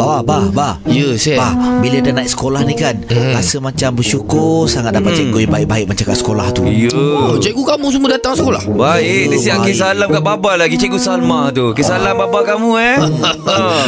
Bah, bah, bah. Ya, Syed. Bah, bila dah naik sekolah ni kan, Eh. rasa macam bersyukur sangat dapat cikgu yang baik-baik macam kat sekolah tu. Hmm. Ya Oh, cikgu kamu semua datang sekolah. Baik, dia siap Baik. kisah salam kat Baba lagi Cikgu Salma tu Kisah salam Baba kamu eh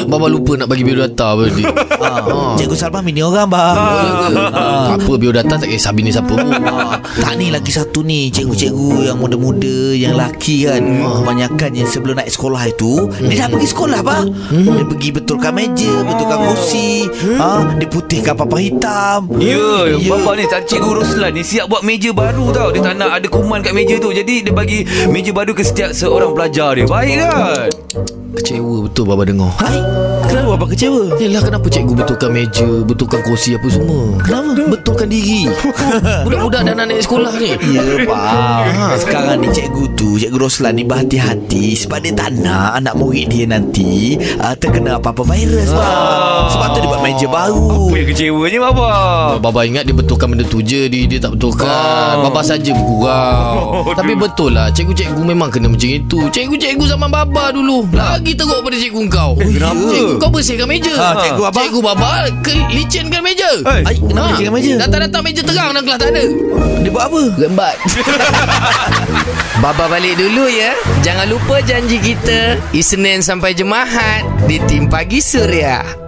Baba lupa nak bagi biodata apa tadi. Ah, Cikgu Salma mini orang, bah. Ah. Tak apa biodata tak kisah bini siapa pun. Ah, tak ni lagi satu ni Cikgu-cikgu yang muda-muda Yang laki kan Hmm. Kebanyakan yang sebelum naik sekolah itu Dia dah pergi sekolah bah Hmm. Dia pergi betulkan meja Betulkan Oh. kursi ah, Dia putihkan papan hitam Ya, Ya. bapa ni tak Cikgu Ruslan ni siap buat meja baru tau. Dia tak nak ada kuman kat meja tu. Jadi dia bagi meja baru ke setiap seorang pelajar dia. Baik kan? Kecewa betul Baba dengar. Hai Kenapa abang kecewa? Yelah kenapa cikgu betulkan meja Betulkan kursi apa semua Kenapa? Hmm. Betulkan diri Budak-budak dah nak naik sekolah ni Ya Pak Sekarang ni cikgu tu Cikgu Roslan ni berhati-hati Sebab dia tak nak Anak murid dia nanti uh, Terkena apa-apa virus Pak Sebab tu dia buat meja baru Apa yang kecewanya bapa? Baba ingat dia betulkan benda tu je Dia, dia tak betulkan Oh. Baba saja bergurau Tapi betul lah Cikgu-cikgu memang kena macam itu Cikgu-cikgu zaman Baba dulu Lagi teruk pada cikgu kau Eh, kenapa? Ha, Cikgu kau bersihkan meja Ah, cikgu apa? Cikgu Baba ke, licinkan meja Eh, Ay, kenapa Ah, dia cakap meja? Datang-datang meja terang dalam kelas tak ada Dia buat apa? Rembat Baba balik dulu ya Jangan lupa janji kita Isnin sampai Jemaat Di Tim Pagi Suria